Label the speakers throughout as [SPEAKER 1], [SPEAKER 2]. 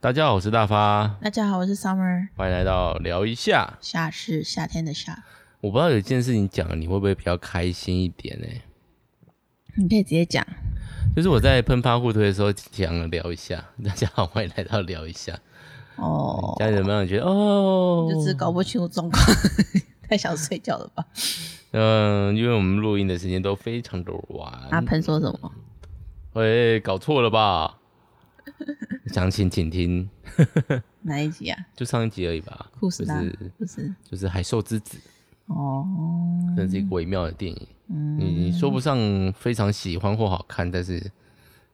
[SPEAKER 1] 大家好，我是大发，
[SPEAKER 2] 大家好，我是 Summer，
[SPEAKER 1] 欢迎来到聊一下。
[SPEAKER 2] 夏是夏天的夏，
[SPEAKER 1] 我不知道有一件事情讲了，你会不会比较开心一点呢、
[SPEAKER 2] 你可以直接讲。
[SPEAKER 1] 就是我在喷发互推的时候讲了聊一下，大家好，欢迎来到聊一下。
[SPEAKER 2] 哦，
[SPEAKER 1] 家里有没有觉得哦？
[SPEAKER 2] 就只搞不清楚状况， 太想睡觉了 吧？
[SPEAKER 1] 嗯、因为我们录音的时间都非常的晚，
[SPEAKER 2] 阿喷说什么？
[SPEAKER 1] 喂、搞错了 吧？详情请听，
[SPEAKER 2] 哪一集啊？
[SPEAKER 1] 就上一集而已吧。
[SPEAKER 2] 酷死
[SPEAKER 1] 就
[SPEAKER 2] 啦
[SPEAKER 1] 是！
[SPEAKER 2] 不是
[SPEAKER 1] 就是海兽之子，
[SPEAKER 2] 哦，
[SPEAKER 1] 真是一个微妙的电影。
[SPEAKER 2] 嗯，
[SPEAKER 1] 你你说不上非常喜欢或好看，但是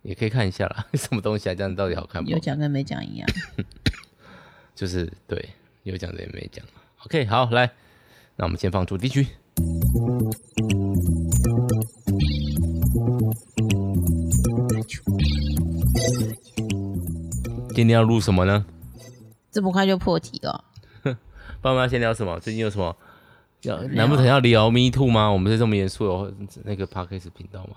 [SPEAKER 1] 也可以看一下啦。 什么东西啊？这样到底好看不
[SPEAKER 2] 有？讲跟没讲一样。
[SPEAKER 1] 就是对，有讲的也没讲。OK，好，来，那我们先放主题曲。今天要录什么呢？
[SPEAKER 2] 这么快就破题了，
[SPEAKER 1] 爸妈先聊什么？最近有什么？要难不成要聊 Me Too 吗？我们是这么严肃的那个 Podcast 频道吗？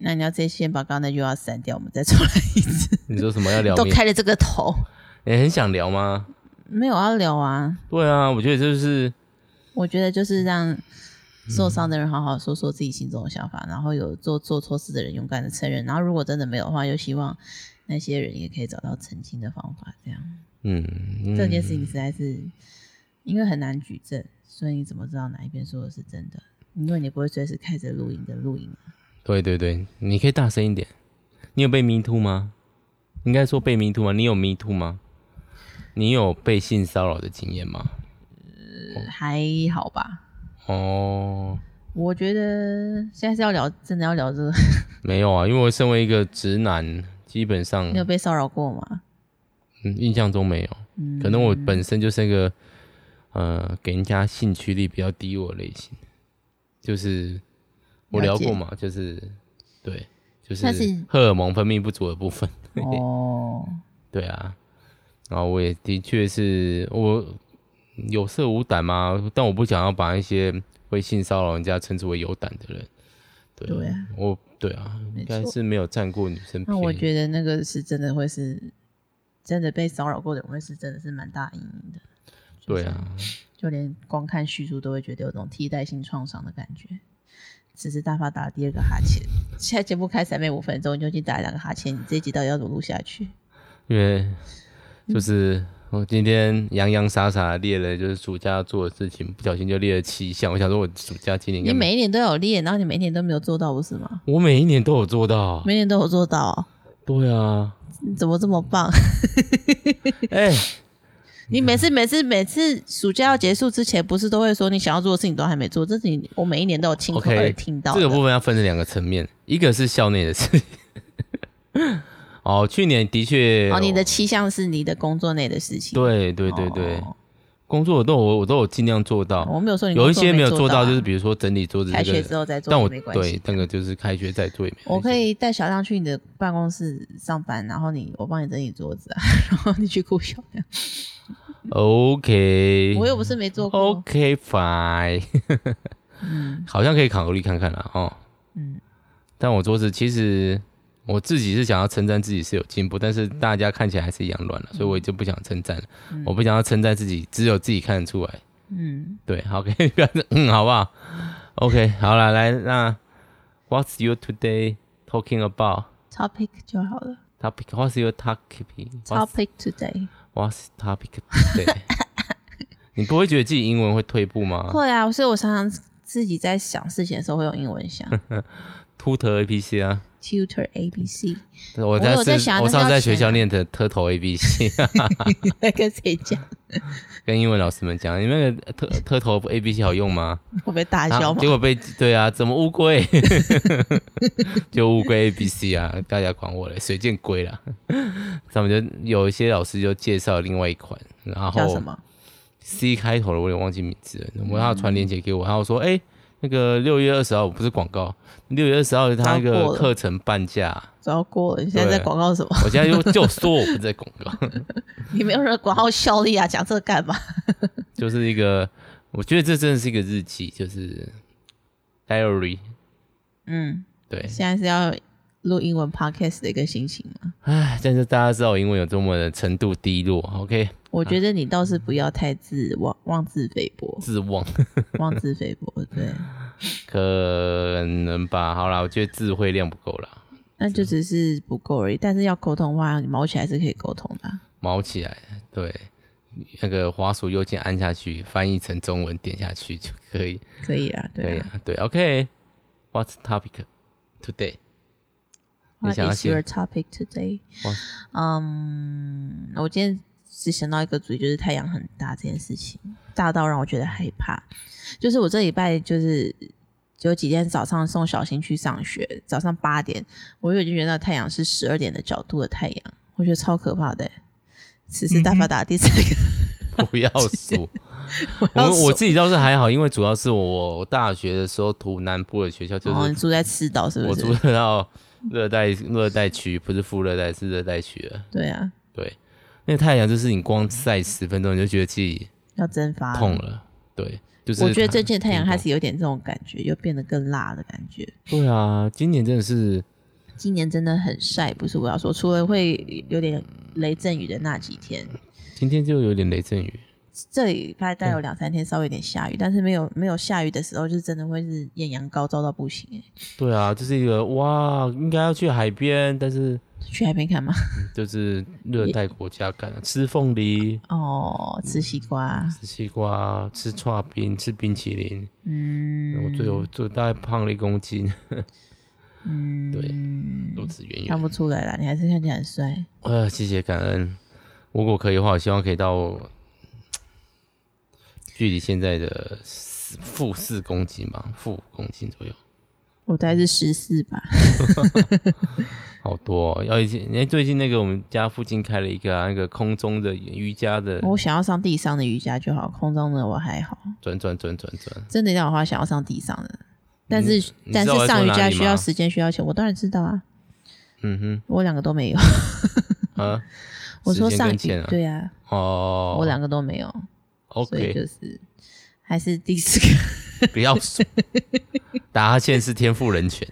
[SPEAKER 2] 那你要直接先把刚刚那句话删掉，我们再重来一次。
[SPEAKER 1] 你说什么要聊
[SPEAKER 2] 都
[SPEAKER 1] Me？
[SPEAKER 2] 开了这个头，
[SPEAKER 1] 你很想聊吗？
[SPEAKER 2] 没有要聊啊。
[SPEAKER 1] 对啊，我觉得就是
[SPEAKER 2] 我觉得就是让受伤的人好好说说自己心中的想法，然后有做做错事的人勇敢的承认，然后如果真的没有的话，又希望那些人也可以找到澄清的方法。这样、
[SPEAKER 1] 嗯，嗯
[SPEAKER 2] 这件事情实在是因为很难举证，所以你怎么知道哪一边说的是真的？因为你不会随时开着录音的录音啊，
[SPEAKER 1] 对对对，你可以大声一点。你有被 me too 吗？应该说被 me too 吗？你有 me too 吗？你有被性骚扰的经验吗？
[SPEAKER 2] 还好吧？
[SPEAKER 1] 哦，
[SPEAKER 2] 我觉得现在是要聊，真的要聊这个。
[SPEAKER 1] 没有啊，因为我身为一个直男，基本上
[SPEAKER 2] 你有被骚扰过吗？
[SPEAKER 1] 嗯印象中没有，
[SPEAKER 2] 嗯，
[SPEAKER 1] 可能我本身就是一个呃给人家兴趣力比较低我的类型，就是我聊
[SPEAKER 2] 了解
[SPEAKER 1] 过嘛，就是对，就是
[SPEAKER 2] 但是
[SPEAKER 1] 荷尔蒙分泌不足的部分。
[SPEAKER 2] 哦，
[SPEAKER 1] 对啊，然后我也的确是我有色无胆嘛，但我不想要把一些会性骚扰人家称之为有胆的人。对，
[SPEAKER 2] 对啊
[SPEAKER 1] 我对啊，
[SPEAKER 2] 没
[SPEAKER 1] 应该
[SPEAKER 2] 错
[SPEAKER 1] 是没有占过女生
[SPEAKER 2] 那
[SPEAKER 1] 便宜。
[SPEAKER 2] 我觉得那个是真的会是，真的被骚扰过的人会是真的是蛮大阴影的。
[SPEAKER 1] 对啊，
[SPEAKER 2] 就连光看叙述都会觉得有种替代性创伤的感觉。只是大发打了第二个哈欠， 现在节目开始还没五分钟，你就已经打了两个哈欠，你这一集到底要怎么录下去？
[SPEAKER 1] 因为就是我今天洋洋洒洒地列了就是暑假要做的事情，不小心就列了七项。我想说，我暑假今年应
[SPEAKER 2] 你
[SPEAKER 1] 该
[SPEAKER 2] 每一年都有列，然后你每一年都没有做到，不是吗？
[SPEAKER 1] 我每一年都有做到。
[SPEAKER 2] 每一年都有做到哦、
[SPEAKER 1] 对啊，
[SPEAKER 2] 你怎么这么棒？
[SPEAKER 1] 哎、
[SPEAKER 2] 你每次每次每次暑假要结束之前，不是都会说你想要做的事情都还没做？这是你我每一年都有亲口
[SPEAKER 1] OK，
[SPEAKER 2] 耳听到的。
[SPEAKER 1] 这个部分要分成两个层面，一个是校内的事情。 哦，去年的确，
[SPEAKER 2] 哦，你的七项是你的工作内的事情。
[SPEAKER 1] 对对对对，
[SPEAKER 2] 哦
[SPEAKER 1] 工作我都有我我都有尽量做到，
[SPEAKER 2] 我没有说你
[SPEAKER 1] 有一
[SPEAKER 2] 工作
[SPEAKER 1] 些没有
[SPEAKER 2] 做
[SPEAKER 1] 做到，
[SPEAKER 2] 啊
[SPEAKER 1] 就是比如说整理桌子
[SPEAKER 2] 开
[SPEAKER 1] 这
[SPEAKER 2] 学之
[SPEAKER 1] 个，
[SPEAKER 2] 后再做，
[SPEAKER 1] 但我
[SPEAKER 2] 没关系。
[SPEAKER 1] 对那个就是开学再做也没关系。
[SPEAKER 2] 我可以带小亮去你的办公室上班，然后你我帮你整理桌子、啊， 然后你去顾小亮。哦
[SPEAKER 1] OK，
[SPEAKER 2] 我又不是没做过。
[SPEAKER 1] OK fine，好像可以考虑看看啦哦。
[SPEAKER 2] 嗯
[SPEAKER 1] 但我桌子其实我自己是想要称赞自己是有进步，但是大家看起来还是一样乱了，
[SPEAKER 2] 嗯
[SPEAKER 1] 所以我已经不想称赞了。我不想要称赞自己，只有自己看得出来。
[SPEAKER 2] 嗯，
[SPEAKER 1] 对好，OK，不要嗯，好不好？OK，好 了，来，那 What's you today talking about
[SPEAKER 2] topic 就好了。
[SPEAKER 1] topic? What's your topic? What's,
[SPEAKER 2] topic today
[SPEAKER 1] what's topic today? 你不会觉得自己英文会退步吗
[SPEAKER 2] 会啊，所以我常常自己在想事情的时候会用英文想
[SPEAKER 1] ？Tutor APC 啊。
[SPEAKER 2] tutor A B C，
[SPEAKER 1] 我
[SPEAKER 2] 我有在
[SPEAKER 1] 在
[SPEAKER 2] 想
[SPEAKER 1] 我
[SPEAKER 2] 那是
[SPEAKER 1] 上次
[SPEAKER 2] 要
[SPEAKER 1] 在学
[SPEAKER 2] 钱
[SPEAKER 1] 校
[SPEAKER 2] 啊
[SPEAKER 1] 念的 Turtle ABC，、啊、
[SPEAKER 2] 你在跟谁讲？
[SPEAKER 1] 跟英文老师们讲，你那个 Tur- Turtle ABC 好用吗？
[SPEAKER 2] 我被大
[SPEAKER 1] 啊
[SPEAKER 2] 笑吗
[SPEAKER 1] 结？果被对啊，怎么乌龟？ 就乌龟 ABC 啊，大家管我嘞，水箭龟啦。 他们就有一些老师就介绍另外一款，然
[SPEAKER 2] 叫
[SPEAKER 1] 后
[SPEAKER 2] 什么？
[SPEAKER 1] C 开头的，我有点忘记名字了。我要传链
[SPEAKER 2] 嗯
[SPEAKER 1] 接给我，然后说，哎、那个六月二十号不是广告，六月二十号他那
[SPEAKER 2] 糟
[SPEAKER 1] 个
[SPEAKER 2] 过了
[SPEAKER 1] 课程半价，
[SPEAKER 2] 主要过了，你现在在
[SPEAKER 1] 对
[SPEAKER 2] 广告什么？
[SPEAKER 1] 我现在就就说我不在广告。
[SPEAKER 2] 你没有任何广告效力啊，讲这个干嘛？
[SPEAKER 1] 就是一个，我觉得这真的是一个日记，就是 diary。
[SPEAKER 2] 嗯，
[SPEAKER 1] 对
[SPEAKER 2] 现在是要录英文 podcast 的一个心情嘛。
[SPEAKER 1] 唉，但是大家知道我英文有多么的程度低落，OK，，
[SPEAKER 2] 我觉得你倒是不要太自妄妄自菲薄
[SPEAKER 1] 自妄
[SPEAKER 2] 妄自菲薄，对，
[SPEAKER 1] 可能吧。好啦，我觉得智慧量不够啦，
[SPEAKER 2] 那就只是不够而已。但是要沟通的话，毛起来是可以沟通的啊、
[SPEAKER 1] 毛起来，对，那个滑鼠右键按下去，翻译成中文，点下去就可以。
[SPEAKER 2] 可以啦，
[SPEAKER 1] 可以
[SPEAKER 2] 对啊。
[SPEAKER 1] 啊，对，OK，What's、topic today？你
[SPEAKER 2] What
[SPEAKER 1] 想要
[SPEAKER 2] 呃 is
[SPEAKER 1] 写
[SPEAKER 2] your topic today？
[SPEAKER 1] 哇
[SPEAKER 2] 嗯我今天只想到一个主题，就是太阳很大这件事情，大到让我觉得害怕。就是我这礼拜就是有几天早上送小新去上学，早上八点，我就已经觉得太阳是十二点的角度的太阳，我觉得超可怕的欸。此次大发达第三个，
[SPEAKER 1] 不要数。
[SPEAKER 2] 我要
[SPEAKER 1] 我我
[SPEAKER 2] 数
[SPEAKER 1] 自己倒是还好，因为主要是我我大学的时候读南部的学校，就
[SPEAKER 2] 哦，你
[SPEAKER 1] 是
[SPEAKER 2] 住在赤岛是
[SPEAKER 1] 我
[SPEAKER 2] 不
[SPEAKER 1] 住
[SPEAKER 2] 是？
[SPEAKER 1] 到热带热带区，不是副热带，是热带区了。
[SPEAKER 2] 对啊，
[SPEAKER 1] 对，那太阳就是你光晒十分钟，你就觉得自己
[SPEAKER 2] 要蒸发了
[SPEAKER 1] 痛了。对，就是
[SPEAKER 2] 啊我觉得
[SPEAKER 1] 它
[SPEAKER 2] 最近的太阳
[SPEAKER 1] 运
[SPEAKER 2] 开
[SPEAKER 1] 动
[SPEAKER 2] 始有点这种感觉，又变得更辣的感觉。
[SPEAKER 1] 对啊，今年真的是
[SPEAKER 2] 今年真的很晒，不是我要说，除了会有点雷阵雨的那几天，
[SPEAKER 1] 今天就有点雷阵雨，
[SPEAKER 2] 这里大概有两三天稍微有点下雨，但是没有没有下雨的时候，就是真的会是艳阳高照到不行哎、
[SPEAKER 1] 对啊，就是一个哇，应该要去海边，但是
[SPEAKER 2] 去海边看吗？
[SPEAKER 1] 就是热带国家感啊，吃凤梨、
[SPEAKER 2] 哦，吃西瓜，
[SPEAKER 1] 吃西瓜、吃串冰、吃冰淇淋，
[SPEAKER 2] 嗯，
[SPEAKER 1] 我最有就大概胖了一公斤，
[SPEAKER 2] 嗯，
[SPEAKER 1] 对肚子圆
[SPEAKER 2] 看
[SPEAKER 1] 圆。
[SPEAKER 2] 不出来啦，你还是看起来很帅。
[SPEAKER 1] 呃，谢谢感恩。如果可以的话，我希望可以到距离现在的四负四公斤吧，负五公斤左右，
[SPEAKER 2] 我大概是十四吧，
[SPEAKER 1] 好多、哦。要以前，哎，最近那个我们家附近开了一个、啊、那个空中的瑜伽的
[SPEAKER 2] 我想要上地上的瑜伽就好，空中的我还好。
[SPEAKER 1] 转转转转转，
[SPEAKER 2] 真的让我话想要上地上的，但是、
[SPEAKER 1] 你
[SPEAKER 2] 但
[SPEAKER 1] 知道我
[SPEAKER 2] 是
[SPEAKER 1] 在
[SPEAKER 2] 上
[SPEAKER 1] 说
[SPEAKER 2] 瑜
[SPEAKER 1] 哪
[SPEAKER 2] 伽
[SPEAKER 1] 里
[SPEAKER 2] 需要
[SPEAKER 1] 吗
[SPEAKER 2] 时间需要钱，我当然知道啊，
[SPEAKER 1] 嗯
[SPEAKER 2] 我两个都没有。
[SPEAKER 1] 哼啊，
[SPEAKER 2] 我说
[SPEAKER 1] 时间
[SPEAKER 2] 上
[SPEAKER 1] 跟
[SPEAKER 2] 瑜
[SPEAKER 1] 钱啊
[SPEAKER 2] 对啊，
[SPEAKER 1] 哦，
[SPEAKER 2] 我两个都没有，所以
[SPEAKER 1] OK，
[SPEAKER 2] 就是还是第四个。
[SPEAKER 1] 不要 数，打哈欠是天赋人权。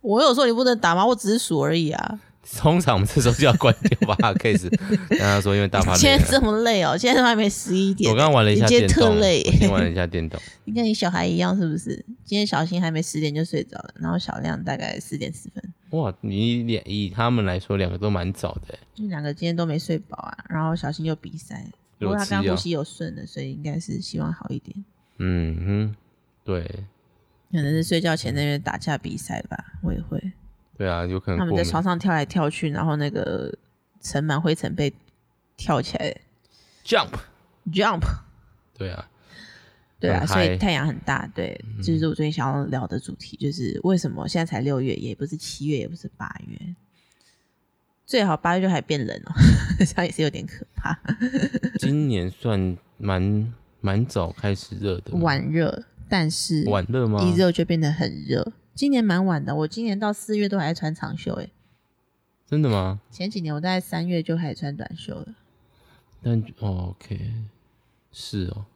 [SPEAKER 2] 我有说你不能打吗？我只是数而已啊。
[SPEAKER 1] 通常我们这时候就要关掉吧 ，case 跟他说，因为大发累
[SPEAKER 2] 现在
[SPEAKER 1] 了。
[SPEAKER 2] 这么累哦，现在都还没十一点。
[SPEAKER 1] 我刚刚玩了一下
[SPEAKER 2] 你今
[SPEAKER 1] 电
[SPEAKER 2] 天特
[SPEAKER 1] 动，
[SPEAKER 2] 累
[SPEAKER 1] 我，今天玩了一下电动，
[SPEAKER 2] 你跟你小孩一样是不是？今天小新还没十点就睡着了，然后小亮大概四点十分，
[SPEAKER 1] 哇，你两以他们来说，两个都蛮早的欸，
[SPEAKER 2] 就两个今天都没睡饱啊。然后小新又鼻塞，不
[SPEAKER 1] 有啊
[SPEAKER 2] 过他
[SPEAKER 1] 吃
[SPEAKER 2] 刚
[SPEAKER 1] 药
[SPEAKER 2] 呼吸有顺的，所以应该是希望好一点。
[SPEAKER 1] 嗯哼，对
[SPEAKER 2] 可能是睡觉前那边打架比赛吧，我也会。
[SPEAKER 1] 对啊，有可
[SPEAKER 2] 他
[SPEAKER 1] 能
[SPEAKER 2] 们
[SPEAKER 1] 过
[SPEAKER 2] 在
[SPEAKER 1] 敏，
[SPEAKER 2] 床上跳来跳去，然后那个尘螨灰尘被跳起来
[SPEAKER 1] jump，
[SPEAKER 2] jump，
[SPEAKER 1] 对啊，
[SPEAKER 2] 对啊，
[SPEAKER 1] 很
[SPEAKER 2] 所以
[SPEAKER 1] 嗨嗯
[SPEAKER 2] 太阳很大，对，这就是我最近想要聊的主题，就是为什么现在才六月，也不是七月，也不是八月，最好八月就还变冷哦， 这样也是有点可怕，
[SPEAKER 1] 今年算蛮蛮早开始热的，
[SPEAKER 2] 晚热，但是
[SPEAKER 1] 嗯晚热吗？
[SPEAKER 2] 一热就变得很热。今年蛮晚的，我今年到四月都还在穿长袖，诶，
[SPEAKER 1] 真的吗？
[SPEAKER 2] 前几年我大概三月就开始穿短袖了。
[SPEAKER 1] 但哦，OK，是哦，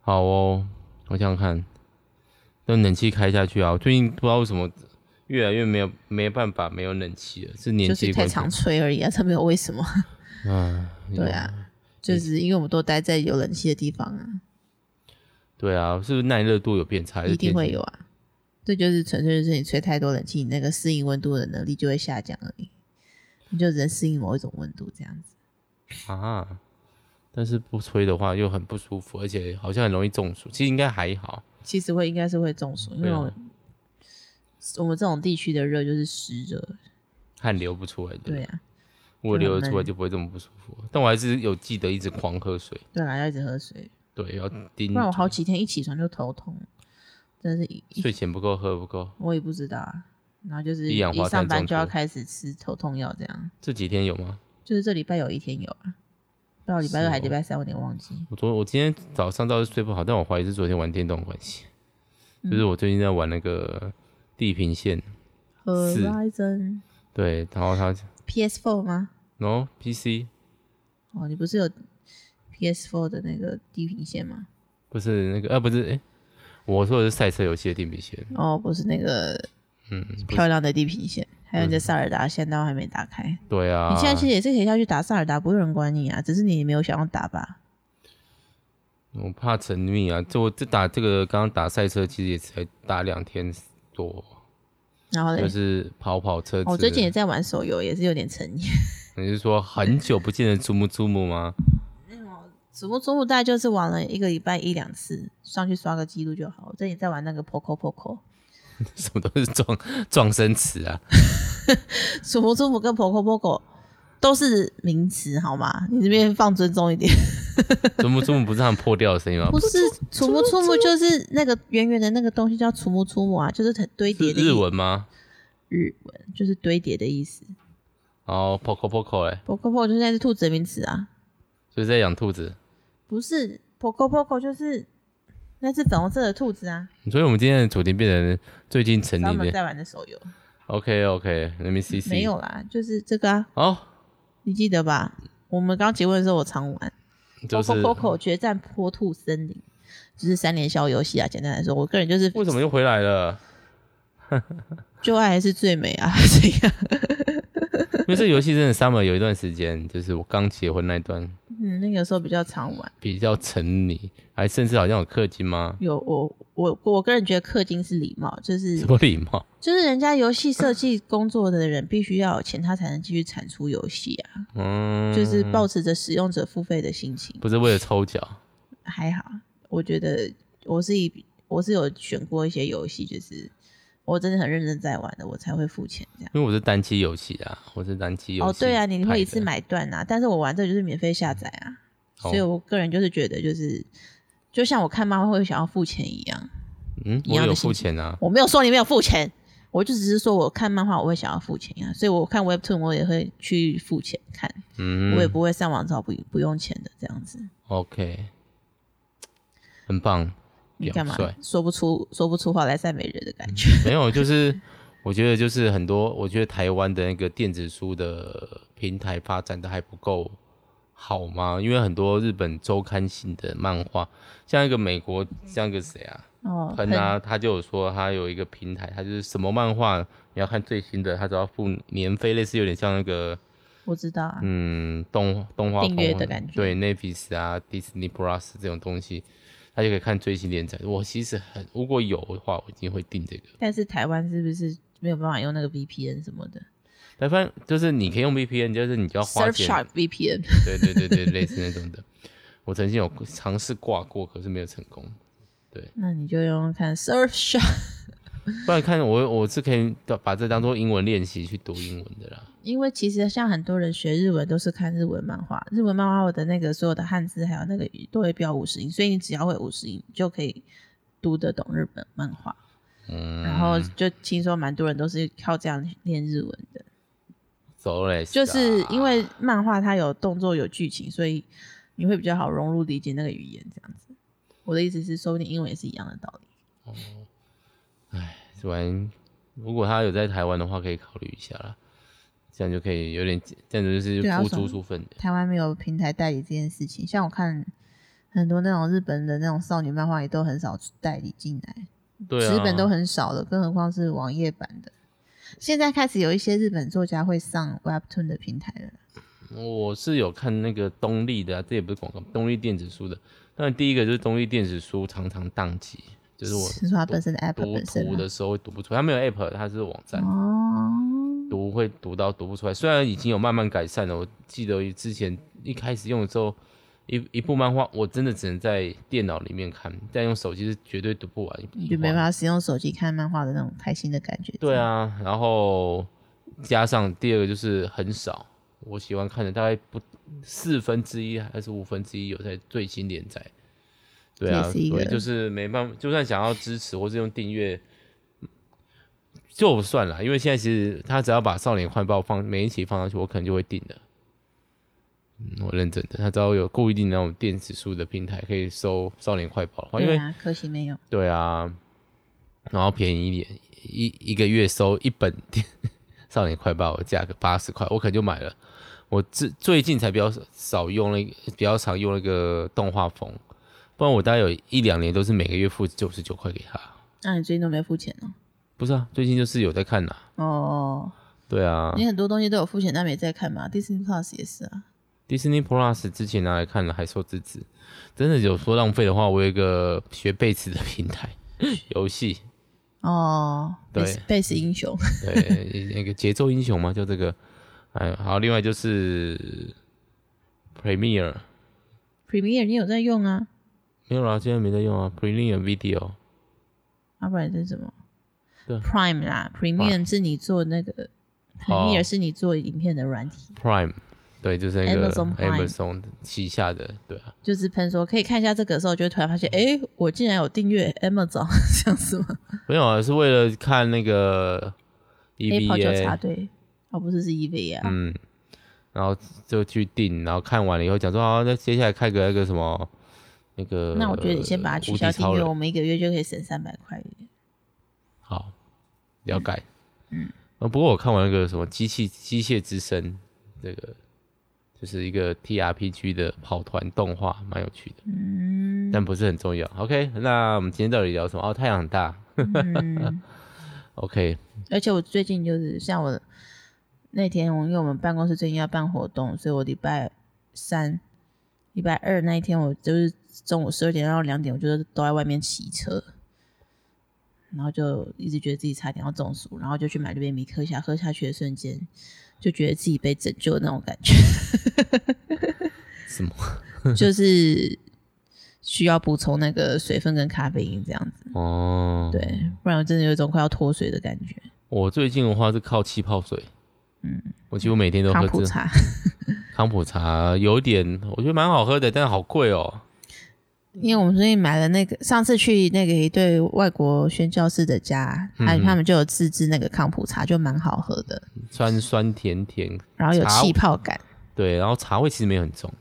[SPEAKER 1] 好哦，我想想看，那冷气开下去啊！我最近不知道为什么越来越没有没办法没有冷气了，是年
[SPEAKER 2] 就
[SPEAKER 1] 纪的
[SPEAKER 2] 是太
[SPEAKER 1] 关
[SPEAKER 2] 常
[SPEAKER 1] 系。
[SPEAKER 2] 吹而已啊，这没有为什么。
[SPEAKER 1] 嗯，
[SPEAKER 2] 对啊，就是因为我们都待在有冷气的地方啊，
[SPEAKER 1] 对啊，是不是耐热度有变差？还是
[SPEAKER 2] 一定
[SPEAKER 1] 天气
[SPEAKER 2] 会有啊。这就是纯粹就是你吹太多冷气，你那个适应温度的能力就会下降而已，你就只能适应某一种温度这样子。
[SPEAKER 1] 啊，但是不吹的话又很不舒服，而且好像很容易中暑。其实应该还好，
[SPEAKER 2] 其实会应该是会中暑，因为
[SPEAKER 1] 对啊
[SPEAKER 2] 我们我们这种地区的热就是湿热，
[SPEAKER 1] 汗流不出来的。
[SPEAKER 2] 对啊，
[SPEAKER 1] 我
[SPEAKER 2] 就很
[SPEAKER 1] 流得出来
[SPEAKER 2] 闷
[SPEAKER 1] 就不会这么不舒服。但我还是有记得一直狂喝水，
[SPEAKER 2] 对啦，要一直喝水，
[SPEAKER 1] 嗯对，要盯
[SPEAKER 2] 不然我好几天一起床就头痛，真的是一一
[SPEAKER 1] 睡前不够，喝不够。
[SPEAKER 2] 我也不知道啊。然后就是
[SPEAKER 1] 一氧化
[SPEAKER 2] 一上
[SPEAKER 1] 碳
[SPEAKER 2] 班
[SPEAKER 1] 中
[SPEAKER 2] 就要
[SPEAKER 1] 毒
[SPEAKER 2] 开始吃头痛药这样。
[SPEAKER 1] 这几天有吗？
[SPEAKER 2] 就是这礼拜有一天有啊，不知道礼拜
[SPEAKER 1] 是
[SPEAKER 2] 六还
[SPEAKER 1] 哦
[SPEAKER 2] 礼拜三，我有点忘记。
[SPEAKER 1] 我昨我今天早上倒是睡不好，但我怀疑是昨天玩电动的关系。
[SPEAKER 2] 嗯
[SPEAKER 1] 就是我最近在玩那个地平线，
[SPEAKER 2] 呃
[SPEAKER 1] 是
[SPEAKER 2] Horizon
[SPEAKER 1] 对，然后它
[SPEAKER 2] PS4 吗？
[SPEAKER 1] 然后 PC
[SPEAKER 2] 哦，你不是有 PS4 的那个地平线吗？
[SPEAKER 1] 不是那个，呃，不是，哎、我说的是赛车游戏的地平线，
[SPEAKER 2] 哦，不是那个
[SPEAKER 1] 嗯，不是
[SPEAKER 2] 漂亮的地平线，还有你的萨尔达现在都还没打开，
[SPEAKER 1] 对啊，
[SPEAKER 2] 你现在其实也是可以下去打萨尔达，不会有人管你啊，只是你没有想要打吧？
[SPEAKER 1] 我怕沉迷啊，就我这打这个刚刚打赛车，其实也才打两天多，
[SPEAKER 2] 然后嘞，
[SPEAKER 1] 就
[SPEAKER 2] 哦
[SPEAKER 1] 是跑跑车子。
[SPEAKER 2] 我哦最近也在玩手游，也是有点沉 溺。
[SPEAKER 1] 你是说很久不见的祖母祖母吗？
[SPEAKER 2] 只不过中午大概就是玩了一个礼拜一两次，上去刷个记录就好。我最近在玩那个 Poco Poco，
[SPEAKER 1] 什么都是撞撞生词 啊！
[SPEAKER 2] 鼠福祝福跟 Poco Poco 都是名词好吗？你这边放尊重一点。
[SPEAKER 1] 祖母祖母不是他们破掉的声音吗？
[SPEAKER 2] 啊不是楚木楚木，就是那个圆圆的那个东西叫楚木楚木啊，就是很堆
[SPEAKER 1] 是
[SPEAKER 2] 叠的意
[SPEAKER 1] 日文吗？
[SPEAKER 2] 日文就是堆叠的意思。
[SPEAKER 1] 然后 poco poco 哎、
[SPEAKER 2] Poco Poco 就现在是兔子的名词啊，
[SPEAKER 1] 所以在养兔子。
[SPEAKER 2] 不是 Poco Poco 就是那只粉红色的兔子啊，
[SPEAKER 1] 所以我们今天的主题变成最近沉
[SPEAKER 2] 他
[SPEAKER 1] 迷
[SPEAKER 2] 们
[SPEAKER 1] 的。
[SPEAKER 2] 在玩的手游
[SPEAKER 1] OK OK，Let me see see。
[SPEAKER 2] 没有啦，就是这个啊，
[SPEAKER 1] 哦，
[SPEAKER 2] 你记得吧？我们刚结婚的时候我常玩。
[SPEAKER 1] 就是
[SPEAKER 2] Coco 决战坡兔森林，就是三连消游戏啊。简单来说，我个人就是
[SPEAKER 1] 为什么又回来了？
[SPEAKER 2] 旧爱还是最美啊， 这样。
[SPEAKER 1] 因为这游戏真的 summer 有一段时间，就是我刚结婚那段
[SPEAKER 2] 嗯，那个时候比较常玩。
[SPEAKER 1] 比较沉迷，还甚至好像有氪金吗？
[SPEAKER 2] 有我我我个人觉得氪金是礼貌，就是
[SPEAKER 1] 什么礼貌？
[SPEAKER 2] 就是人家游戏设计工作的人必须要有钱，他才能继续产出游戏啊。
[SPEAKER 1] 嗯，
[SPEAKER 2] 就是保持着使用者付费的心情，
[SPEAKER 1] 不是为了抽奖，
[SPEAKER 2] 还好。啊我觉得我是以我是有选过一些游戏，就是我真的很认真在玩的，我才会付钱这样。
[SPEAKER 1] 因为我是单机游戏啊，我是单机游戏。
[SPEAKER 2] 哦，对啊，你会一次
[SPEAKER 1] 买？
[SPEAKER 2] 买断啊，但是我玩这就是免费下载啊，所以
[SPEAKER 1] 哦
[SPEAKER 2] 我个人就是觉得就是，就像我看漫画会想要付钱一样，
[SPEAKER 1] 嗯，
[SPEAKER 2] 一
[SPEAKER 1] 我
[SPEAKER 2] 样的
[SPEAKER 1] 有
[SPEAKER 2] 心
[SPEAKER 1] 付钱啊。
[SPEAKER 2] 我没有说你没有付钱，我就只是说我看漫画我会想要付钱啊，所以我看 Webtoon 我也会去付钱看，
[SPEAKER 1] 嗯，
[SPEAKER 2] 我也不会上网找不不用钱的这样子。
[SPEAKER 1] OK，很棒。
[SPEAKER 2] 你
[SPEAKER 1] 表
[SPEAKER 2] 干嘛
[SPEAKER 1] 率
[SPEAKER 2] 说不出说不出话来赞美人的感觉？
[SPEAKER 1] 没有，就是 我觉得就是很多，我觉得台湾的那个电子书的平台发展的还不够好吗？因为很多日本周刊性的漫画，像一个美国，像一个谁啊，
[SPEAKER 2] 哦，
[SPEAKER 1] 喷啊，他就有说他有一个平台，他就是什么漫画你要看最新的，他只要付年费，类似有点像那个
[SPEAKER 2] 我知道啊，
[SPEAKER 1] 嗯动动画
[SPEAKER 2] 订阅
[SPEAKER 1] 风
[SPEAKER 2] 的感觉
[SPEAKER 1] 对 Netflix 啊、Disney Plus 这种东西，他就可以看最新连载。我其实很如果有的话，我一定会订这个。
[SPEAKER 2] 但是台湾是不是没有办法用那个 VPN 什么的
[SPEAKER 1] 但反正就是你可以用 VPN，就是你就要花钱。
[SPEAKER 2] ？Surfshark VPN
[SPEAKER 1] 对对对对，类似那种的。我曾经有尝试挂过，可是没有成功。
[SPEAKER 2] 那你就用用看 Surfshark，
[SPEAKER 1] 不然看我我是可以把这当做英文练习去读英文的啦。
[SPEAKER 2] 因为其实像很多人学日文都是看日文漫画，日文漫画的那个所有的汉字还有那个语都会标五十音，所以你只要会五十音就可以读得懂日本漫画。
[SPEAKER 1] 嗯，
[SPEAKER 2] 然后就听说蛮多人都是靠这样练日文的，
[SPEAKER 1] 走嘞，
[SPEAKER 2] 就是
[SPEAKER 1] 啊
[SPEAKER 2] 因为漫画它有动作有剧情，所以你会比较好融入理解那个语言这样子。我的意思是，说不定英文也是一样的道理。
[SPEAKER 1] 玩，啊如果他有在台湾的话，可以考虑一下啦。这样就可以有点，这样子就是
[SPEAKER 2] 对啊
[SPEAKER 1] 付
[SPEAKER 2] 爽
[SPEAKER 1] 出出分的。
[SPEAKER 2] 台湾没有平台代理这件事情，像我看很多那种日本的那种少女漫画也都很少代理进来。
[SPEAKER 1] 对啊，
[SPEAKER 2] 纸本都很少了，更何况是网页版的。现在开始有一些日本作家会上 Webtoon 的平台了。
[SPEAKER 1] 我是有看那个东立的、啊，这也不是广告，东立电子书的。但第一个就是东立电子书常常宕机，就是我
[SPEAKER 2] 是说它本身的 app
[SPEAKER 1] 读
[SPEAKER 2] 本身啊
[SPEAKER 1] 图
[SPEAKER 2] 吗
[SPEAKER 1] 的时候会读不出来，它没有 app，它是网站，
[SPEAKER 2] 哦，
[SPEAKER 1] 读会读到读不出来。虽然已经有慢慢改善了，我记得之前一开始用的时候，一一部漫画我真的只能在电脑里面看，但用手机是绝对读不完，
[SPEAKER 2] 你就没办法使用手机看漫画的那种开心的感觉。
[SPEAKER 1] 对，啊，然后加上第二个就是很少，我喜欢看的大概不四分之一还是五分之一有在最新连载。对啊，
[SPEAKER 2] 这也是一
[SPEAKER 1] 所以
[SPEAKER 2] 个
[SPEAKER 1] 就是没办法，就算想要支持或是用订阅，就算了，因为现在其实他只要把《少年快报》放每一期放上去，我可能就会订的。嗯，我认真的，他只要有固定那种电子书的平台可以收《少年快报》的话，因
[SPEAKER 2] 对
[SPEAKER 1] 为
[SPEAKER 2] 啊，可惜没有。
[SPEAKER 1] 对啊，然后便宜一点，一一个月收一本少年快报的价格八十块，我可能就买了。我最最近才比较少用那个，比较常用那个动画风，不然我大概有一两年都是每个月付九十九块给他。
[SPEAKER 2] 那、你最近都没付钱哦？
[SPEAKER 1] 不是啊，最近就是有在看呐、
[SPEAKER 2] 哦，
[SPEAKER 1] 对啊
[SPEAKER 2] 你很多东西都有付钱但没在看嘛，Disney Plus 也是啊。
[SPEAKER 1] ，Disney Plus 之前拿来看了，还受制止。真的有说浪费的话，我有一个学贝斯的平台 游戏，
[SPEAKER 2] 哦，
[SPEAKER 1] 对
[SPEAKER 2] 贝斯贝斯英雄，
[SPEAKER 1] 对，那个节奏英雄嘛，就这个。哎，好，另外就是 Premiere，
[SPEAKER 2] Premiere 你有在用啊？
[SPEAKER 1] 没有啦，现在没在用啊。Premiere Video，
[SPEAKER 2] 啊，不然这是什么？
[SPEAKER 1] 对
[SPEAKER 2] Prime 啦，Premium 是你做那个，Premiere
[SPEAKER 1] 哦
[SPEAKER 2] 是你做影片的软体，
[SPEAKER 1] Prime，对，就是那个
[SPEAKER 2] Amazon Prime
[SPEAKER 1] Amazon 旗下的，对啊，
[SPEAKER 2] 就是喷说可以看一下这个的时候，就会突然发现，哎、我竟然有订阅 Amazon 这样子吗
[SPEAKER 1] 没有啊，是为了看那个 E
[SPEAKER 2] ？Apple 就插
[SPEAKER 1] EVA，
[SPEAKER 2] 队，哦，不是是 EVA 啊，
[SPEAKER 1] 嗯，然后就去订，然后看完了以后讲说，啊，那接下来看个那个什么，那个，
[SPEAKER 2] 那我觉得你先把它取消
[SPEAKER 1] 嗯无敌
[SPEAKER 2] 订
[SPEAKER 1] 超
[SPEAKER 2] 阅，
[SPEAKER 1] 人
[SPEAKER 2] 我们一个月就可以省三百块。
[SPEAKER 1] 好，了解。嗯，呃，不过我看完那个什么《机器机械之声》，这个就是一个 TRPG 的跑团动画，蛮有趣的。 嗯，但不是很重要。OK，那我们今天到底聊什么？哦，太阳很大。OK，
[SPEAKER 2] 而且我最近就是像我那天，我因为我们办公室最近要办活动，所以我礼拜三、礼拜二那一天，我就是中午十二点到两点，我就是都在外面骑车，然后就一直觉得自己差点要中暑，然后就去买这杯米克夏，喝下去的瞬间，就觉得自己被拯救的那种感觉。
[SPEAKER 1] 什么？
[SPEAKER 2] 就是需要补充那个水分跟咖啡因这样子，
[SPEAKER 1] 哦，，
[SPEAKER 2] 嗯对，不然我真的有一种快要脱水的感觉。
[SPEAKER 1] 我最近的话是靠气泡水。嗯，我几乎每天都喝
[SPEAKER 2] 康
[SPEAKER 1] 这
[SPEAKER 2] 普茶，
[SPEAKER 1] 康普茶，有点我觉得蛮好喝的，但是好贵哦。
[SPEAKER 2] 因为我们最近买了那个，上次去那个一对外国宣教士的家，
[SPEAKER 1] 嗯
[SPEAKER 2] 他他们就有自制那个康普茶，就蛮好喝的，
[SPEAKER 1] 酸酸甜甜，
[SPEAKER 2] 然后有
[SPEAKER 1] 茶
[SPEAKER 2] 气泡感。
[SPEAKER 1] 对，然后茶味其实没有很重。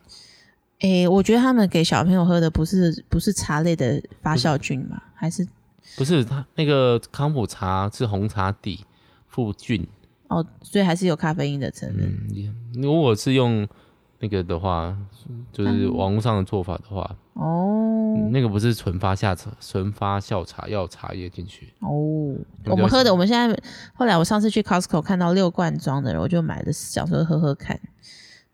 [SPEAKER 2] 诶、我觉得他们给小朋友喝的不是不是茶类的发酵菌嘛，还是
[SPEAKER 1] 不是，它那个康普茶是红茶底附菌。
[SPEAKER 2] 哦，所以还是有咖啡因的成分。
[SPEAKER 1] 嗯，如果是用那个的话，就是网络上的做法的话，
[SPEAKER 2] 哦
[SPEAKER 1] 那个不是纯发酵茶，纯发酵茶要茶叶进去。
[SPEAKER 2] 哦，
[SPEAKER 1] 那叫
[SPEAKER 2] 我们喝的，我们现在后来我上次去 Costco 看到六罐装的，我就买了，想说喝喝看，